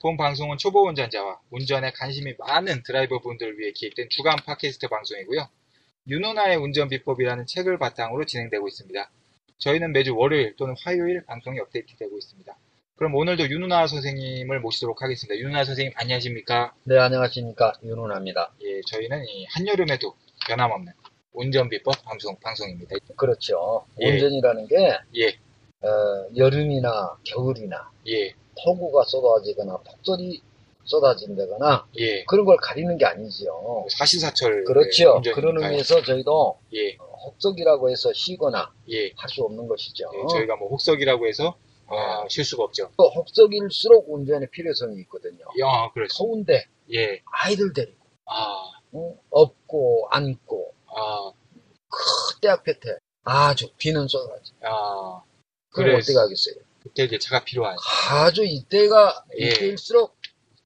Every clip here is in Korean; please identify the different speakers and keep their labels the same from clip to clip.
Speaker 1: 본 방송은 초보 운전자와 운전에 관심이 많은 드라이버 분들을 위해 기획된 주간 팟캐스트 방송이고요. 윤누나의 운전 비법이라는 책을 바탕으로 진행되고 있습니다. 저희는 매주 월요일 또는 화요일 방송이 업데이트되고 있습니다. 그럼 오늘도 윤누나 선생님을 모시도록 하겠습니다. 윤누나 선생님 안녕하십니까?
Speaker 2: 네, 안녕하십니까. 윤훈아입니다.
Speaker 1: 예, 저희는 이 한여름에도 변함없는 운전 비법 방송 방송입니다.
Speaker 2: 그렇죠.
Speaker 1: 예.
Speaker 2: 운전이라는 게,
Speaker 1: 예.
Speaker 2: 어, 여름이나 겨울이나
Speaker 1: 예,
Speaker 2: 폭우가 쏟아지거나 폭설이 쏟아진다거나
Speaker 1: 예.
Speaker 2: 그런 걸 가리는 게 아니지요.
Speaker 1: 사시사철.
Speaker 2: 그렇죠.
Speaker 1: 운전이니까요.
Speaker 2: 그런 의미에서 저희도
Speaker 1: 예,
Speaker 2: 혹석이라고 해서 쉬거나
Speaker 1: 예. 예,
Speaker 2: 할 수 없는 것이죠.
Speaker 1: 저희가 뭐 혹석이라고 해서 아,
Speaker 2: 네.
Speaker 1: 쉴 수가 없죠.
Speaker 2: 또 혹석일수록 운전의 필요성이 있거든요.
Speaker 1: 예, 아, 그렇죠.
Speaker 2: 더운데
Speaker 1: 예,
Speaker 2: 아이들 데리고
Speaker 1: 아,
Speaker 2: 응? 업고 안고
Speaker 1: 아,
Speaker 2: 그때 앞에 아주 비는 쏟아지.
Speaker 1: 아.
Speaker 2: 그럼
Speaker 1: 그래서
Speaker 2: 어떻게 가겠어요?
Speaker 1: 그때 이제 차가 필요한
Speaker 2: 아주 이때가
Speaker 1: 예.
Speaker 2: 이때일수록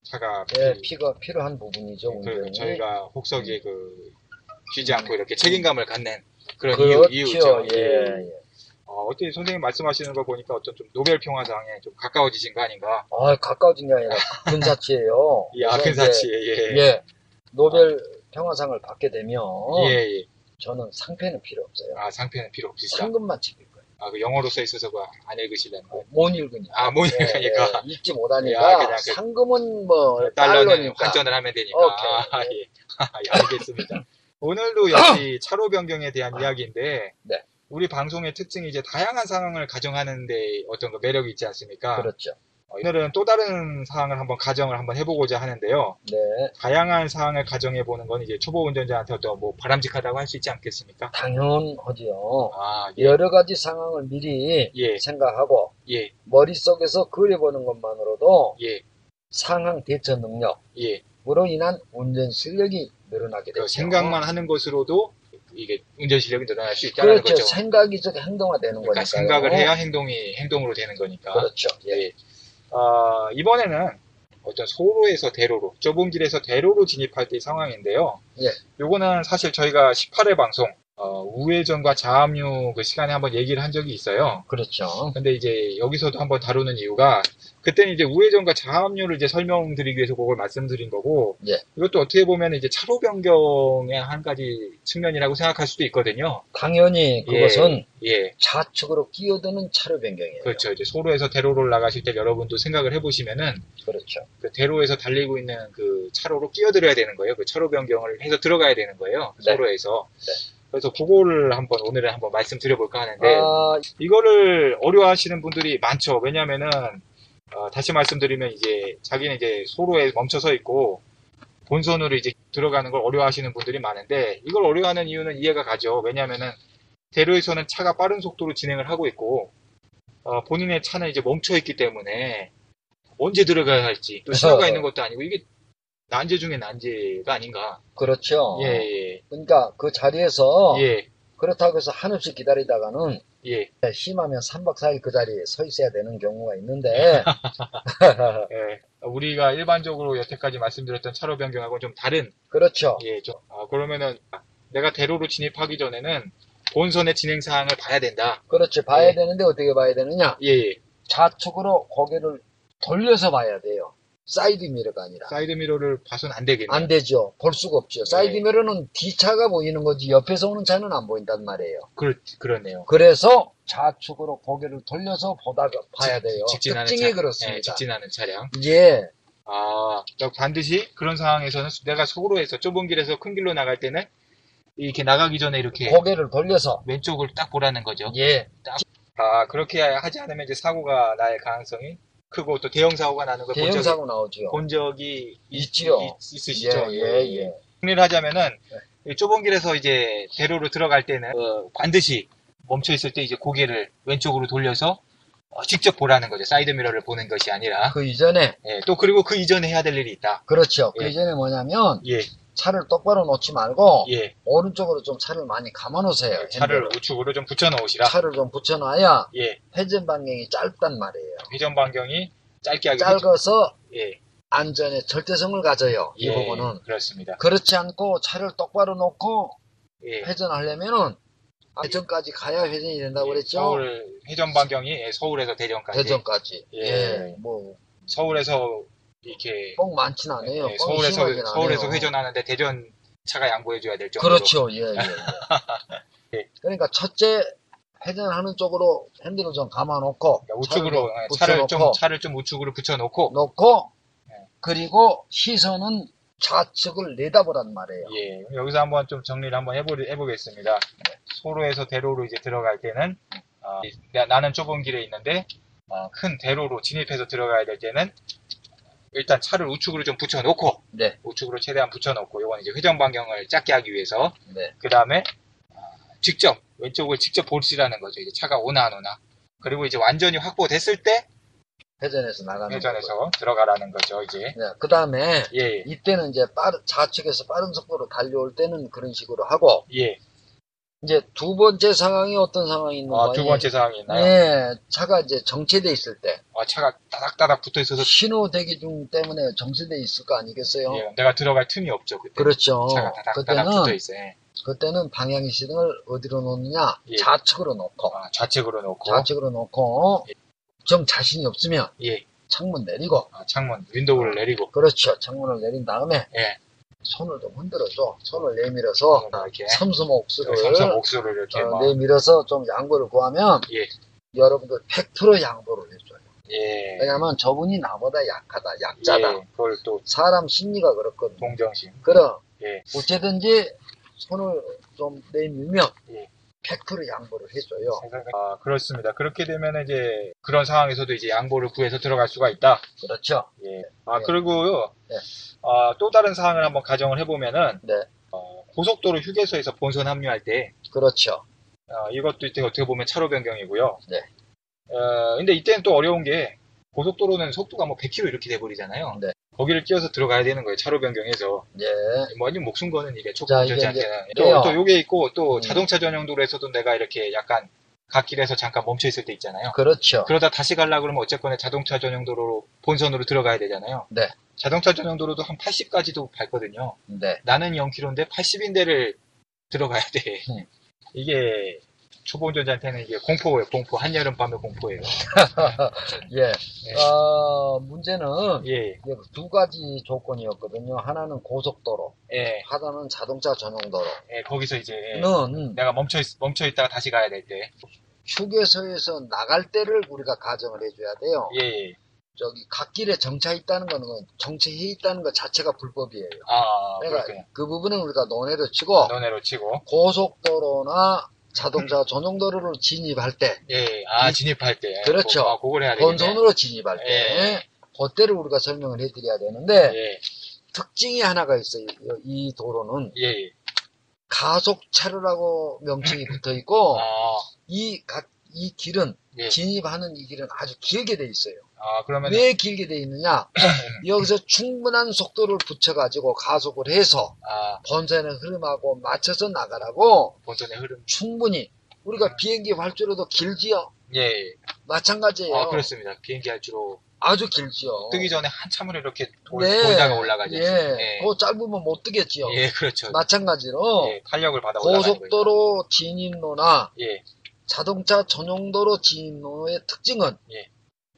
Speaker 1: 차가
Speaker 2: 예,
Speaker 1: 필-
Speaker 2: 피가 필요한 네. 부분이죠.
Speaker 1: 그,
Speaker 2: 운전이.
Speaker 1: 저희가 혹석에 그 쉬지 않고 이렇게 책임감을 갖는 그런
Speaker 2: 그렇죠.
Speaker 1: 이유, 이유죠.
Speaker 2: 예, 예.
Speaker 1: 어, 어떻게 선생님 말씀하시는 거 보니까 어떤 좀 노벨 평화상에 좀 가까워지신 거 아닌가?
Speaker 2: 아, 가까워진 게 아니라 근사치예요.
Speaker 1: 예, 아,
Speaker 2: 그래서
Speaker 1: 큰 사치.
Speaker 2: 이제,
Speaker 1: 예, 예,
Speaker 2: 예. 노벨 평화상을 받게 되면
Speaker 1: 예, 예.
Speaker 2: 저는 상패는 필요 없어요.
Speaker 1: 아, 상패는 필요 없으시다.
Speaker 2: 상금만 찍을 거예요.
Speaker 1: 아, 그 영어로 써 있어서가 안 읽으시려는 거.
Speaker 2: 못 읽으니까.
Speaker 1: 아, 못 읽으니까.
Speaker 2: 예, 예, 읽지
Speaker 1: 야,
Speaker 2: 못하니까
Speaker 1: 그냥 그-
Speaker 2: 상금은 뭐
Speaker 1: 달러는
Speaker 2: 달러니까.
Speaker 1: 환전을 하면 되니까.
Speaker 2: 오케이.
Speaker 1: 아, 예. 아, 예, 알겠습니다. 오늘도 역시 차로 변경에 대한 이야기인데,
Speaker 2: 네.
Speaker 1: 우리 방송의 특징이 이제 다양한 상황을 가정하는데 어떤 그 매력이 있지 않습니까?
Speaker 2: 그렇죠.
Speaker 1: 어, 오늘은 또 다른 상황을 한번 가정을 한번 해보고자 하는데요.
Speaker 2: 네.
Speaker 1: 다양한 상황을 가정해 보는 건 이제 초보 운전자한테 어떤 뭐 바람직하다고 할 수 있지 않겠습니까?
Speaker 2: 당연하지요.
Speaker 1: 아, 예,
Speaker 2: 여러 가지 상황을 미리
Speaker 1: 예,
Speaker 2: 생각하고
Speaker 1: 예,
Speaker 2: 머릿속에서 그려보는 것만으로도
Speaker 1: 예,
Speaker 2: 상황 대처 능력으로
Speaker 1: 예.
Speaker 2: 인한 운전 실력이 늘어나게
Speaker 1: 그
Speaker 2: 되죠.
Speaker 1: 생각만 하는 것으로도 이게 운전 실력이 늘어날 수 있다는
Speaker 2: 그렇죠.
Speaker 1: 거죠.
Speaker 2: 생각이 저 행동화되는
Speaker 1: 그러니까
Speaker 2: 거니까요.
Speaker 1: 생각을 해야 행동이 행동으로 되는 거니까.
Speaker 2: 그렇죠. 예.
Speaker 1: 예. 아, 이번에는 어떤 소로에서 대로로, 좁은 길에서 대로로 진입할 때의 상황인데요.
Speaker 2: 예.
Speaker 1: 요거는 사실 저희가 18회 방송, 어, 우회전과 자압류 그 시간에 한번 얘기를 한 적이 있어요.
Speaker 2: 그렇죠.
Speaker 1: 근데 이제 여기서도 한번 다루는 이유가, 그때는 이제 우회전과 자압류를 이제 설명드리기 위해서 그걸 말씀드린 거고,
Speaker 2: 예.
Speaker 1: 이것도 어떻게 보면 이제 차로 변경의 한 가지 측면이라고 생각할 수도 있거든요.
Speaker 2: 당연히 그것은
Speaker 1: 예.
Speaker 2: 좌측으로 끼어드는 차로 변경이에요.
Speaker 1: 그렇죠. 이제 소로에서 대로로 나가실 때 여러분도 생각을 해보시면은,
Speaker 2: 그렇죠.
Speaker 1: 그 대로에서 달리고 있는 그 차로로 끼어들어야 되는 거예요. 그 차로 변경을 해서 들어가야 되는 거예요.
Speaker 2: 네.
Speaker 1: 도로에서.
Speaker 2: 네.
Speaker 1: 그래서 그거를 한번 오늘은 한번 말씀드려볼까 하는데
Speaker 2: 아,
Speaker 1: 이거를 어려워하시는 분들이 많죠. 왜냐면은 어, 다시 말씀드리면 이제 자기는 이제 소로에 멈춰서 있고 본선으로 이제 들어가는 걸 어려워하시는 분들이 많은데 이걸 어려워하는 이유는 이해가 가죠. 왜냐면은 대로에서는 차가 빠른 속도로 진행을 하고 있고 어, 본인의 차는 이제 멈춰 있기 때문에 언제 들어가야 할지 또 신호가 있는 것도 아니고 이게 난제 중에 난제가 아닌가.
Speaker 2: 그렇죠.
Speaker 1: 예, 예,
Speaker 2: 그러니까 그 자리에서
Speaker 1: 예,
Speaker 2: 그렇다고 해서 한없이 기다리다가는
Speaker 1: 예,
Speaker 2: 심하면 3박 4일 그 자리에 서 있어야 되는 경우가 있는데
Speaker 1: 예. 우리가 일반적으로 여태까지 말씀드렸던 차로 변경하고는 좀 다른
Speaker 2: 그렇죠.
Speaker 1: 예, 좀, 아, 그러면은 내가 대로로 진입하기 전에는 본선의 진행 사항을 봐야 된다.
Speaker 2: 그렇죠. 봐야
Speaker 1: 예.
Speaker 2: 되는데 어떻게 봐야 되느냐?
Speaker 1: 예, 예.
Speaker 2: 좌측으로 고개를 돌려서 봐야 돼요. 사이드 미러가 아니라.
Speaker 1: 사이드 미러를 봐선 안 되겠네.
Speaker 2: 안 되죠. 볼 수가 없죠. 사이드
Speaker 1: 예.
Speaker 2: 미러는 뒤차가 보이는 거지 옆에서 오는 차는 안 보인단 말이에요.
Speaker 1: 그렇, 그렇네요.
Speaker 2: 그래서 좌측으로 고개를 돌려서 보다가 봐야 돼요.
Speaker 1: 직진하는
Speaker 2: 특징이
Speaker 1: 차-
Speaker 2: 그렇습니다.
Speaker 1: 예, 직진하는 차량.
Speaker 2: 예,
Speaker 1: 아, 그러니까 반드시 그런 상황에서는 내가 속으로에서 좁은 길에서 큰 길로 나갈 때는 이렇게 나가기 전에 이렇게
Speaker 2: 고개를 돌려서
Speaker 1: 왼쪽을 딱 보라는 거죠.
Speaker 2: 예,
Speaker 1: 딱 아, 그렇게 하지 않으면 이제 사고가 날 가능성이 크고 또 대형 그 사고가 나는 걸 본
Speaker 2: 대형
Speaker 1: 적이,
Speaker 2: 사고 나오지요.
Speaker 1: 본 적이
Speaker 2: 있지요.
Speaker 1: 있- 있으시죠?
Speaker 2: 예, 예, 예.
Speaker 1: 정리를 하자면은 이 좁은 길에서 이제 대로로 들어갈 때는 어, 반드시 멈춰 있을 때 이제 고개를 왼쪽으로 돌려서 어, 직접 보라는 거죠. 사이드 미러를 보는 것이 아니라.
Speaker 2: 그 이전에
Speaker 1: 예, 또 그리고 그 이전에 해야 될 일이 있다.
Speaker 2: 그렇죠. 그
Speaker 1: 예.
Speaker 2: 이전에 뭐냐면
Speaker 1: 예,
Speaker 2: 차를 똑바로 놓지 말고
Speaker 1: 예.
Speaker 2: 오른쪽으로 좀 차를 많이 감아 놓으세요.
Speaker 1: 차를
Speaker 2: 핸들을.
Speaker 1: 우측으로 좀 붙여 놓으시라.
Speaker 2: 차를 좀 붙여놔야
Speaker 1: 예,
Speaker 2: 회전 반경이 짧단 말이에요.
Speaker 1: 회전 반경이 짧게 하기
Speaker 2: 짧아서
Speaker 1: 예,
Speaker 2: 안전에 절대성을 가져요. 이
Speaker 1: 예,
Speaker 2: 부분은
Speaker 1: 그렇습니다.
Speaker 2: 그렇지 않고 차를 똑바로 놓고
Speaker 1: 예.
Speaker 2: 회전하려면은 회전까지 가야 회전이 된다고 그랬죠.
Speaker 1: 서울 회전 반경이 예, 서울에서 대전까지
Speaker 2: 회전까지.
Speaker 1: 예.
Speaker 2: 예. 뭐
Speaker 1: 서울에서 이렇게
Speaker 2: 꼭 많진 어, 않아요.
Speaker 1: 예,
Speaker 2: 꼭 심하진
Speaker 1: 서울에서
Speaker 2: 않아요.
Speaker 1: 서울에서 회전하는데 대전 차가 양보해 줘야 될 정도로
Speaker 2: 그렇죠. 예, 예, 예.
Speaker 1: 예.
Speaker 2: 그러니까 첫째 회전하는 쪽으로 핸들을 좀 감아놓고
Speaker 1: 그러니까 우측으로 예,
Speaker 2: 차를,
Speaker 1: 차를
Speaker 2: 놓고
Speaker 1: 좀 차를 좀 우측으로 붙여 놓고
Speaker 2: 놓고
Speaker 1: 예.
Speaker 2: 그리고 시선은 좌측을 내다보란 말이에요.
Speaker 1: 예, 여기서 한번 좀 정리를 한번 해보리, 해보겠습니다. 소로에서 대로로 이제 들어갈 때는 어, 이- 나, 나는 좁은 길에 있는데 어, 큰 대로로 진입해서 들어가야 될 때는 일단 차를 우측으로 좀 붙여놓고
Speaker 2: 네.
Speaker 1: 우측으로 최대한 붙여놓고 이건 이제 회전 반경을 작게 하기 위해서
Speaker 2: 네.
Speaker 1: 그 다음에 직접 왼쪽을 직접 보시라는 거죠. 이제 차가 오나 안 오나 그리고 이제 완전히 확보됐을 때
Speaker 2: 회전해서
Speaker 1: 아, 네.
Speaker 2: 나가는 거고요.
Speaker 1: 회전해서 들어가라는 거죠. 이제
Speaker 2: 네. 그 다음에
Speaker 1: 예,
Speaker 2: 이때는 이제 빠른 좌측에서 빠른 속도로 달려올 때는 그런 식으로 하고
Speaker 1: 예.
Speaker 2: 이제 두 번째 상황이 어떤 상황이 있는가?
Speaker 1: 아, 두 번째 사항이 있나요?
Speaker 2: 네, 차가 이제 정체돼 있을 때
Speaker 1: 아, 차가 따닥따닥 붙어 있어서
Speaker 2: 신호 대기 중 때문에 정체돼 있을 거 아니겠어요?
Speaker 1: 예, 내가 들어갈 틈이 없죠. 그때.
Speaker 2: 그렇죠.
Speaker 1: 차가 다닥다닥 붙어
Speaker 2: 그때는
Speaker 1: 있어요. 예.
Speaker 2: 그때는 방향 시등을 어디로 놓느냐?
Speaker 1: 예.
Speaker 2: 좌측으로 놓고
Speaker 1: 아, 좌측으로 놓고
Speaker 2: 좌측으로 놓고
Speaker 1: 예.
Speaker 2: 좀 자신이 없으면
Speaker 1: 예.
Speaker 2: 창문 내리고
Speaker 1: 아, 창문 윈도우를 내리고
Speaker 2: 그렇죠. 창문을 내린 다음에
Speaker 1: 예.
Speaker 2: 손을 좀 흔들어줘. 손을 내밀어서
Speaker 1: 뭔가 이렇게
Speaker 2: 섬섬 옥수를
Speaker 1: 삼성 목수를 이렇게
Speaker 2: 어,
Speaker 1: 막
Speaker 2: 내밀어서 좀 양보를 구하면
Speaker 1: 예.
Speaker 2: 여러분들 100% 양보를 해줘요.
Speaker 1: 예.
Speaker 2: 왜냐하면 저분이 나보다 약하다, 약자다.
Speaker 1: 예, 그걸 또
Speaker 2: 사람 심리가 그렇거든. 요
Speaker 1: 동정심.
Speaker 2: 그럼
Speaker 1: 예.
Speaker 2: 어쨌든지 손을 좀 내밀면
Speaker 1: 예.
Speaker 2: 100% 양보를 해줘요.
Speaker 1: 아, 그렇습니다. 그렇게 되면 이제 그런 상황에서도 이제 양보를 구해서 들어갈 수가 있다.
Speaker 2: 그렇죠.
Speaker 1: 예. 아,
Speaker 2: 예.
Speaker 1: 그리고요.
Speaker 2: 예.
Speaker 1: 아, 또 다른 사항을 한번 가정을 해보면은
Speaker 2: 네.
Speaker 1: 어, 고속도로 휴게소에서 본선 합류할 때
Speaker 2: 그렇죠.
Speaker 1: 어, 이것도 이때 어떻게 보면 차로 변경이고요.
Speaker 2: 네.
Speaker 1: 어, 근데 이때는 또 어려운 게 고속도로는 속도가 뭐 100km 이렇게 돼버리잖아요.
Speaker 2: 네.
Speaker 1: 거기를 끼어서 들어가야 되는 거예요. 차로 변경해서
Speaker 2: 예.
Speaker 1: 뭐 아니면 목숨 거는 일에
Speaker 2: 자,
Speaker 1: 초급 되지
Speaker 2: 이게 이제
Speaker 1: 않게는
Speaker 2: 그래요.
Speaker 1: 또, 또 요게 있고 또
Speaker 2: 음.
Speaker 1: 자동차 전용 도로에서도 내가 이렇게 약간 갓길에서 잠깐 멈춰 있을 때 있잖아요.
Speaker 2: 그렇죠.
Speaker 1: 그러다 다시 가려고 그러면 어쨌거나 자동차 전용 도로로 본선으로 들어가야 되잖아요.
Speaker 2: 네.
Speaker 1: 자동차 전용 도로도 한 80까지도 밟거든요.
Speaker 2: 네.
Speaker 1: 나는 0km인데 80인데를 들어가야 돼.
Speaker 2: 음.
Speaker 1: 이게 초보 운전자한테는 이게 공포예요. 공포. 한여름 밤의 공포예요.
Speaker 2: 예.
Speaker 1: 예.
Speaker 2: 어, 문제는
Speaker 1: 예.
Speaker 2: 이게 두 가지 조건이었거든요. 하나는 고속도로,
Speaker 1: 예.
Speaker 2: 하나는 자동차 전용도로는
Speaker 1: 예. 거기서 이제 예. 내가 멈춰 있, 멈춰 있다가 다시 가야 될 때.
Speaker 2: 휴게소에서 나갈 때를 우리가 가정을 해줘야 돼요.
Speaker 1: 예. 예.
Speaker 2: 저기 갓길에 정차해 있다는 거는 정체해 있다는 것 자체가 불법이에요.
Speaker 1: 아,
Speaker 2: 내가
Speaker 1: 그렇군요.
Speaker 2: 그 부분은 우리가 논외로 치고
Speaker 1: 논외로 치고.
Speaker 2: 고속도로나 자동차 전용도로를 진입할 때,
Speaker 1: 예. 아, 진입할 때.
Speaker 2: 그렇죠.
Speaker 1: 그, 아, 그걸 해야 되겠네. 네.
Speaker 2: 본선으로 진입할 때, 그때를 우리가 설명을 해드려야 되는데
Speaker 1: 예.
Speaker 2: 특징이 하나가 있어요. 이 도로는
Speaker 1: 예. 예.
Speaker 2: 가속차로라고 명칭이 붙어 있고
Speaker 1: 아.
Speaker 2: 이 각, 이 길은
Speaker 1: 예.
Speaker 2: 진입하는 이 길은 아주 길게 돼 있어요.
Speaker 1: 아, 그러면
Speaker 2: 왜 길게 돼 있느냐? 여기서 충분한 속도를 붙여가지고 가속을 해서
Speaker 1: 아,
Speaker 2: 번선의 흐름하고 맞춰서 나가라고
Speaker 1: 본선의 흐름.
Speaker 2: 충분히 우리가 비행기 활주로도 길지요.
Speaker 1: 예. 예.
Speaker 2: 마찬가지예요.
Speaker 1: 아, 그렇습니다. 비행기 할 줄로
Speaker 2: 아주 길지요.
Speaker 1: 뜨기 전에 한참을 이렇게 돌,
Speaker 2: 네.
Speaker 1: 돌다가 올라가죠.
Speaker 2: 예.
Speaker 1: 예.
Speaker 2: 그거 짧으면 못 뜨겠지요.
Speaker 1: 예, 그렇죠.
Speaker 2: 마찬가지로
Speaker 1: 예, 탄력을 받아 올라가는
Speaker 2: 어. 고속도로 진입로나
Speaker 1: 거예요. 예,
Speaker 2: 자동차 전용도로 진입로의 특징은
Speaker 1: 예.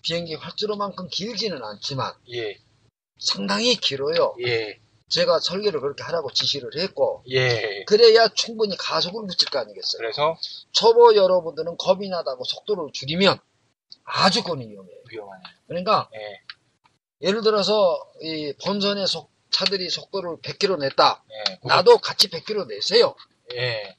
Speaker 2: 비행기 활주로만큼 길지는 않지만
Speaker 1: 예,
Speaker 2: 상당히 길어요.
Speaker 1: 예,
Speaker 2: 제가 설계를 그렇게 하라고 지시를 했고
Speaker 1: 예.
Speaker 2: 그래야 충분히 가속을 붙일 거 아니겠어요.
Speaker 1: 그래서
Speaker 2: 초보 여러분들은 겁이 나다고 속도를 줄이면 아주 그건 위험해요.
Speaker 1: 위험하네요.
Speaker 2: 그러니까
Speaker 1: 예,
Speaker 2: 예를 들어서 이 본선의 속- 차들이 속도를 100km 냈다.
Speaker 1: 예.
Speaker 2: 나도 같이 100km 내세요.
Speaker 1: 예,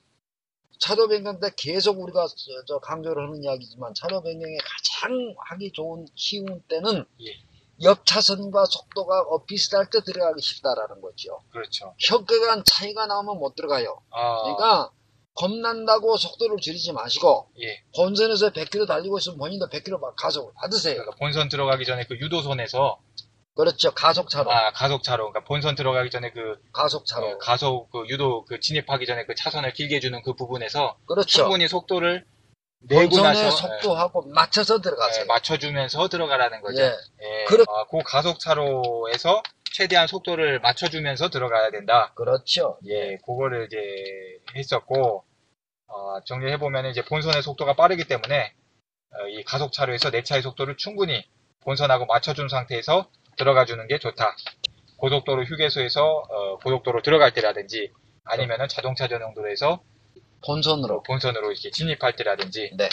Speaker 2: 차도 변경 때 계속 우리가 저- 저 강조를 하는 이야기지만 차도 변경에 가장 하기 좋은 키운 때는
Speaker 1: 예.
Speaker 2: 옆 차선과 속도가 어, 비슷할 때 들어가기 쉽다라는 거죠.
Speaker 1: 그렇죠.
Speaker 2: 현격한 차이가 나오면 못 들어가요.
Speaker 1: 아,
Speaker 2: 그러니까 겁난다고 속도를 줄이지 마시고
Speaker 1: 예.
Speaker 2: 본선에서 100km 달리고 있으면 본인도 100km 막 가속을 받으세요.
Speaker 1: 그러니까 본선 들어가기 전에 그 유도선에서
Speaker 2: 그렇죠. 가속차로.
Speaker 1: 아 가속차로 그러니까 본선 들어가기 전에 그
Speaker 2: 가속차로.
Speaker 1: 어, 가속 그 유도 그 진입하기 전에 그 차선을 길게 주는 그 부분에서
Speaker 2: 그렇죠.
Speaker 1: 충분히 속도를 내고 나서
Speaker 2: 본선의 속도하고 맞춰서
Speaker 1: 예,
Speaker 2: 들어가세요.
Speaker 1: 예, 맞춰주면서 들어가라는 거죠.
Speaker 2: 예.
Speaker 1: 예,
Speaker 2: 그렇-
Speaker 1: 아, 그 가속차로에서 최대한 속도를 맞춰주면서 들어가야 된다.
Speaker 2: 그렇죠.
Speaker 1: 예, 그거를 이제 했었고, 어, 정리해보면 이제 본선의 속도가 빠르기 때문에, 어, 이 가속차로에서 내 차의 속도를 충분히 본선하고 맞춰준 상태에서 들어가주는 게 좋다. 고속도로 휴게소에서, 어, 고속도로 들어갈 때라든지, 아니면은 자동차 전용도로에서
Speaker 2: 본선으로.
Speaker 1: 본선으로 이렇게 진입할 때라든지,
Speaker 2: 네.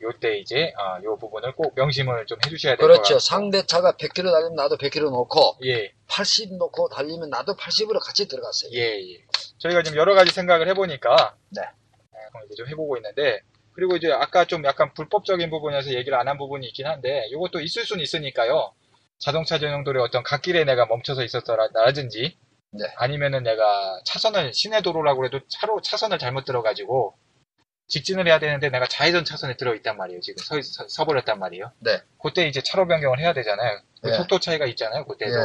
Speaker 1: 요때 이제, 아, 요 부분을 꼭 명심을 좀 해주셔야 될 것 같아요.
Speaker 2: 그렇죠. 상대차가 100km 달리면 나도 100km 놓고
Speaker 1: 예,
Speaker 2: 80 놓고 달리면 나도 80으로 같이 들어갔어요.
Speaker 1: 예, 예. 저희가 지금 여러 가지 생각을 해보니까,
Speaker 2: 네.
Speaker 1: 아, 그럼 이제 좀 해보고 있는데, 그리고 이제 아까 좀 약간 불법적인 부분에서 얘기를 안 한 부분이 있긴 한데, 이것도 있을 수는 있으니까요. 자동차 전용도로의 어떤 갓길에 내가 멈춰서 있었더라든지,
Speaker 2: 네.
Speaker 1: 아니면은 내가 차선을, 시내 도로라고 해도 차로, 차선을 잘못 들어가지고, 직진을 해야 되는데 내가 좌회전 차선에 들어있단 말이에요. 지금 서, 서, 서버렸단 말이에요.
Speaker 2: 네.
Speaker 1: 그때 이제 차로 변경을 해야 되잖아요. 그
Speaker 2: 예.
Speaker 1: 속도 차이가 있잖아요. 그때도.
Speaker 2: 예.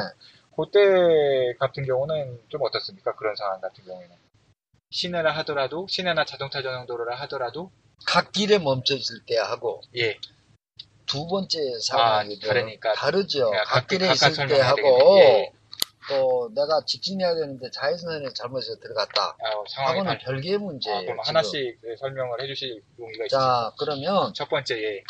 Speaker 1: 그때 같은 경우는 좀 어떻습니까? 그런 상황 같은 경우에는. 시내라 하더라도, 시내나 자동차 전용도로라 하더라도,
Speaker 2: 갓길에 멈춰 있을 때 하고
Speaker 1: 예,
Speaker 2: 두 번째 상황이
Speaker 1: 아, 다르니까.
Speaker 2: 다르죠.
Speaker 1: 예, 각-
Speaker 2: 갓길에
Speaker 1: 각각
Speaker 2: 어, 있을 때
Speaker 1: 설명해야
Speaker 2: 하고
Speaker 1: 되겠네. 예,
Speaker 2: 또 내가 직진해야 되는데 자외선에 잘못해서 들어갔다.
Speaker 1: 아, 상황이 달-
Speaker 2: 하고는 별개의
Speaker 1: 아,
Speaker 2: 문제예요.
Speaker 1: 그럼
Speaker 2: 지금.
Speaker 1: 하나씩 설명을 해주실 용의가 있으시죠?
Speaker 2: 자 그러면
Speaker 1: 첫 번째, 예,
Speaker 2: 에,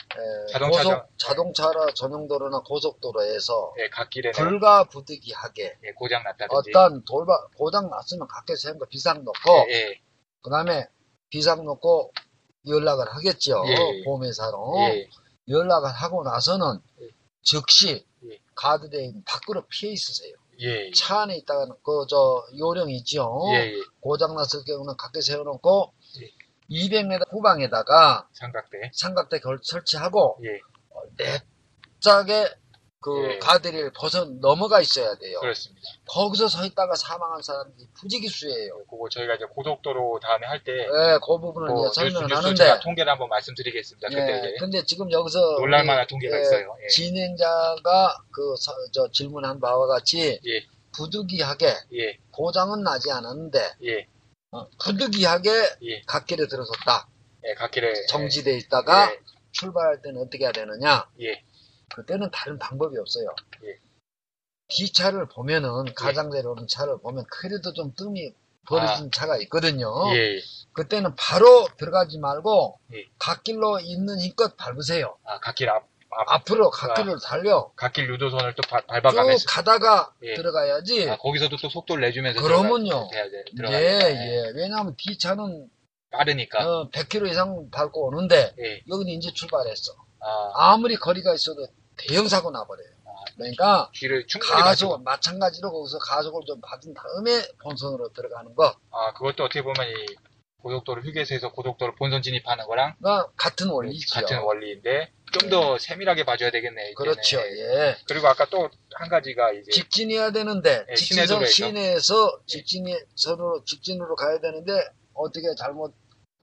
Speaker 1: 자동차 전-
Speaker 2: 고속 자동차라 전용도로나 고속도로에서
Speaker 1: 예, 갓길에 내가,
Speaker 2: 불가부득이하게
Speaker 1: 예, 고장 났다든지.
Speaker 2: 어떤 돌발 고장 났으면 각계 세운 거 비상 놓고
Speaker 1: 예, 예,
Speaker 2: 그 다음에 비상 놓고 연락을 하겠죠.
Speaker 1: 예, 예.
Speaker 2: 보험회사로.
Speaker 1: 예,
Speaker 2: 연락을 하고 나서는
Speaker 1: 예.
Speaker 2: 즉시
Speaker 1: 예.
Speaker 2: 가드레인 밖으로 피해 있으세요.
Speaker 1: 예,
Speaker 2: 차 안에 있다가는 그 저 요령 있죠.
Speaker 1: 예, 예,
Speaker 2: 고장났을 경우는 각계 세워놓고
Speaker 1: 예.
Speaker 2: 200m 후방에다가
Speaker 1: 삼각대.
Speaker 2: 삼각대 결 설치하고
Speaker 1: 예,
Speaker 2: 냅짝에 그
Speaker 1: 예. 그렇죠.
Speaker 2: 가드레일 벗어 넘어가 있어야 돼요.
Speaker 1: 그렇습니다.
Speaker 2: 거기서 서 있다가 사망한 사람들이 부지기수예요.
Speaker 1: 그거 저희가 이제 고속도로 다음에 할 때,
Speaker 2: 예, 그 부분을
Speaker 1: 뭐
Speaker 2: 이제 설명을
Speaker 1: 뉴스, 뉴스
Speaker 2: 하는데
Speaker 1: 제가 통계를 한번 말씀드리겠습니다. 그때
Speaker 2: 예,
Speaker 1: 이제
Speaker 2: 근데 지금 여기서
Speaker 1: 놀랄만한 통계가
Speaker 2: 예,
Speaker 1: 있어요. 예.
Speaker 2: 진행자가 그 서- 저 질문한 바와 같이
Speaker 1: 예.
Speaker 2: 부득이하게
Speaker 1: 예,
Speaker 2: 고장은 나지 않았는데
Speaker 1: 예,
Speaker 2: 어, 부득이하게
Speaker 1: 예.
Speaker 2: 갓길에 들어섰다
Speaker 1: 예, 갓길에
Speaker 2: 정지돼 있다가
Speaker 1: 예,
Speaker 2: 출발할 때는 어떻게 해야 되느냐
Speaker 1: 예.
Speaker 2: 그때는 다른 방법이 없어요
Speaker 1: 예.
Speaker 2: 기차를 보면은 가장자리 오는 차를 보면 그래도 좀 뜸이 벌어진 차가 있거든요
Speaker 1: 아. 예, 예.
Speaker 2: 그때는 바로 들어가지 말고
Speaker 1: 예.
Speaker 2: 갓길로 있는 힘껏 밟으세요
Speaker 1: 아, 갓길 앞, 앞
Speaker 2: 앞으로 갓길로 달려
Speaker 1: 갓길 유도선을 또 발-
Speaker 2: 쭉
Speaker 1: 아. 밟아가면서
Speaker 2: 가다가
Speaker 1: 예.
Speaker 2: 들어가야지.
Speaker 1: 아, 거기서도 또 속도를 내주면서
Speaker 2: 그러면요.
Speaker 1: 들어가, 돼,
Speaker 2: 예,
Speaker 1: 들어가야 아. 돼.
Speaker 2: 예. 왜냐하면 뒤차는
Speaker 1: 빠르니까.
Speaker 2: 어, 100km 이상 밟고 오는데
Speaker 1: 예.
Speaker 2: 여기는 이제 출발했어.
Speaker 1: 아,
Speaker 2: 아무리 거리가 있어도 대형 사고 나버려요. 그러니까
Speaker 1: 뒤를 충분히 맞추고.
Speaker 2: 가속 마찬가지로 거기서 가속을 좀 받은 다음에 본선으로 들어가는 거.
Speaker 1: 아, 그것도 어떻게 보면 이 고속도로 휴게소에서 고속도로 본선 진입하는 거랑
Speaker 2: 가 같은 원리죠. 네.
Speaker 1: 같은 원리인데 좀 더 세밀하게 봐줘야 되겠네. 이제는.
Speaker 2: 그렇죠. 예.
Speaker 1: 그리고 아까 또 한 가지가 이제
Speaker 2: 직진해야 되는데
Speaker 1: 예,
Speaker 2: 직진선
Speaker 1: 시내도로에서. 예.
Speaker 2: 시내에서 직진이 서로 직진으로 가야 되는데 어떻게 잘못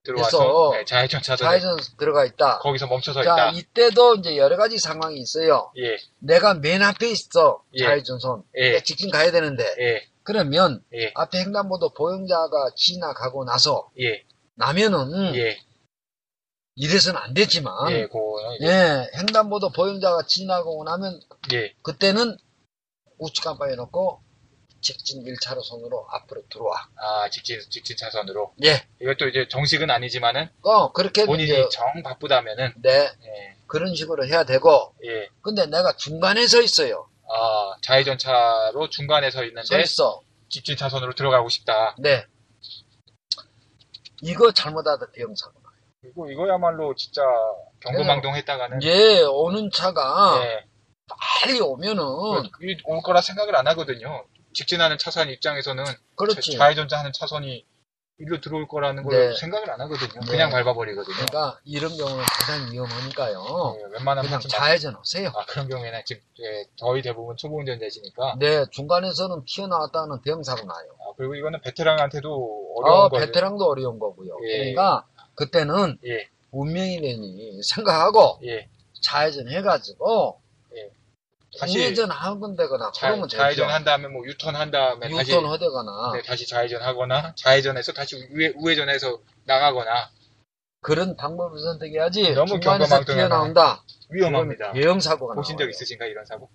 Speaker 1: 들어와서
Speaker 2: 해서
Speaker 1: 네, 좌회전 차선
Speaker 2: 좌회전 들어가 있다.
Speaker 1: 거기서 멈춰서 있다.
Speaker 2: 자, 이때도 이제 여러 가지 상황이 있어요.
Speaker 1: 예,
Speaker 2: 내가 맨 앞에 있어.
Speaker 1: 예.
Speaker 2: 좌회전선.
Speaker 1: 예.
Speaker 2: 내가 직진 가야 되는데.
Speaker 1: 예,
Speaker 2: 그러면
Speaker 1: 예,
Speaker 2: 앞에 횡단보도 보행자가 지나가고 나서
Speaker 1: 예,
Speaker 2: 나면은
Speaker 1: 예,
Speaker 2: 이래선 안 되지만
Speaker 1: 예,
Speaker 2: 예.
Speaker 1: 그거는 이제-
Speaker 2: 횡단보도 보행자가 지나고 나면
Speaker 1: 예,
Speaker 2: 그때는 우측 깜빡이 놓고 직진 1차로 선으로 앞으로 들어와.
Speaker 1: 아 직진 직진 차선으로
Speaker 2: 예.
Speaker 1: 이것도 이제 정식은 아니지만은
Speaker 2: 어, 그렇게
Speaker 1: 본인이
Speaker 2: 이제
Speaker 1: 정 바쁘다면은
Speaker 2: 네.
Speaker 1: 예,
Speaker 2: 그런 식으로 해야 되고
Speaker 1: 예.
Speaker 2: 근데 내가 중간에 서 있어요.
Speaker 1: 아, 좌회전 차로 중간에 서
Speaker 2: 서
Speaker 1: 있는데
Speaker 2: 있어.
Speaker 1: 직진 차선으로 들어가고 싶다.
Speaker 2: 네. 이거 잘못하다 대형 사고.
Speaker 1: 이거 이거야말로 진짜 경고망동 했다가는
Speaker 2: 예, 오는 차가
Speaker 1: 예,
Speaker 2: 빨리 오면은
Speaker 1: 그- 그올 거라 생각을 안 하거든요. 직진하는 차선 입장에서는
Speaker 2: 그렇지.
Speaker 1: 좌- 좌회전차 하는 차선이 일로 들어올 거라는 걸
Speaker 2: 네.
Speaker 1: 생각을 안 하거든요.
Speaker 2: 네.
Speaker 1: 그냥 밟아버리거든요.
Speaker 2: 그러니까 이런 경우는 가장 위험하니까요.
Speaker 1: 네, 웬만하면
Speaker 2: 어. 그냥
Speaker 1: 하지 마-
Speaker 2: 좌회전 오세요.
Speaker 1: 아, 그런 경우에는 지금 예, 거의 대부분 초보 운전자시니까.
Speaker 2: 네, 중간에서는 튀어나왔다는 대형사고 나요.
Speaker 1: 아, 그리고 이거는 베테랑한테도 어려운
Speaker 2: 어,
Speaker 1: 거예요.
Speaker 2: 베테랑도 어려운 거고요.
Speaker 1: 예.
Speaker 2: 그러니까 그때는
Speaker 1: 예,
Speaker 2: 운명이래니 생각하고
Speaker 1: 예.
Speaker 2: 좌회전 해가지고
Speaker 1: 다시 좌,
Speaker 2: 우회전 하건 되거나 그러면
Speaker 1: 회전
Speaker 2: 되죠.
Speaker 1: 한 다음에 뭐 유턴 한 다음에 다시
Speaker 2: 유턴 아. 하되거나
Speaker 1: 네, 다시 좌회전하거나 좌회전해서 다시 우회, 우회전해서 나가거나
Speaker 2: 그런 방법을 선택해야지
Speaker 1: 너무
Speaker 2: 중간에서
Speaker 1: 경거망동하네.
Speaker 2: 튀어나온다.
Speaker 1: 위험합니다.
Speaker 2: 그러면 예형사고가
Speaker 1: 보신
Speaker 2: 나와요.
Speaker 1: 적 있으신가 요 이런 사고?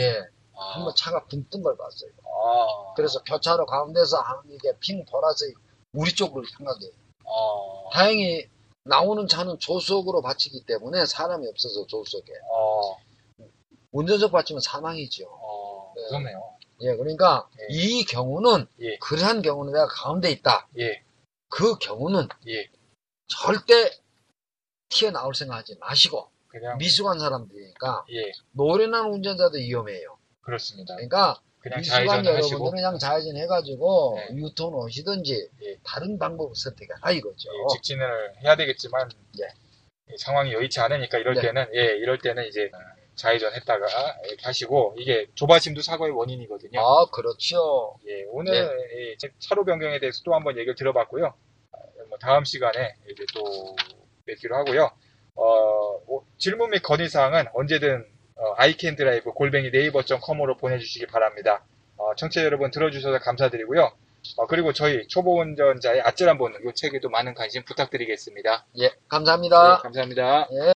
Speaker 2: 예,
Speaker 1: 아,
Speaker 2: 한번 차가 붕 뜬 걸 봤어요.
Speaker 1: 아,
Speaker 2: 그래서 교차로 가운데서 한 이게 핑 돌아서 우리 쪽으로 향하게.
Speaker 1: 아,
Speaker 2: 다행히 나오는 차는 조수석으로 받치기 때문에 사람이 없어서 조수석에.
Speaker 1: 아,
Speaker 2: 운전석 받치면 사망이죠.
Speaker 1: 아,
Speaker 2: 네.
Speaker 1: 무섭네요.
Speaker 2: 예, 그러니까
Speaker 1: 예.
Speaker 2: 이 경우는
Speaker 1: 예.
Speaker 2: 그러한 경우는 내가 가운데 있다.
Speaker 1: 예,
Speaker 2: 그 경우는
Speaker 1: 예.
Speaker 2: 절대 튀어나올 생각하지 마시고
Speaker 1: 그냥
Speaker 2: 미숙한 사람들이니까
Speaker 1: 예,
Speaker 2: 노련한 운전자도 위험해요.
Speaker 1: 그렇습니다.
Speaker 2: 그러니까
Speaker 1: 그냥
Speaker 2: 미숙한 여러분들은
Speaker 1: 좌회전하시고
Speaker 2: 그냥 좌회전 해가지고
Speaker 1: 네.
Speaker 2: 유턴 오시든지
Speaker 1: 예.
Speaker 2: 다른 방법을 선택하라 이거죠.
Speaker 1: 예, 직진을 해야 되겠지만
Speaker 2: 예.
Speaker 1: 이 상황이 여의치 않으니까 이럴
Speaker 2: 네.
Speaker 1: 때는 예, 이럴 때는 이제 좌회전 했다가 이렇게 하시고 이게 조바심도 사고의 원인이거든요.
Speaker 2: 아, 그렇죠.
Speaker 1: 예, 오늘 예, 제 차로 변경에 대해서 또 한번 얘기를 들어봤고요. 아, 뭐 다음 시간에 이제 또 뵙기로 하고요. 어, 오- 질문 및 건의사항은 언제든 어, 아이캔드라이브 골뱅이 네이버.com으로 보내주시기 바랍니다. 어, 청취자 여러분 들어주셔서 감사드리고요. 어, 그리고 저희 초보 운전자의 아찔한 본능 이 책에도 많은 관심 부탁드리겠습니다.
Speaker 2: 예,
Speaker 1: 네,
Speaker 2: 감사합니다.
Speaker 1: 감사합니다.
Speaker 2: 예.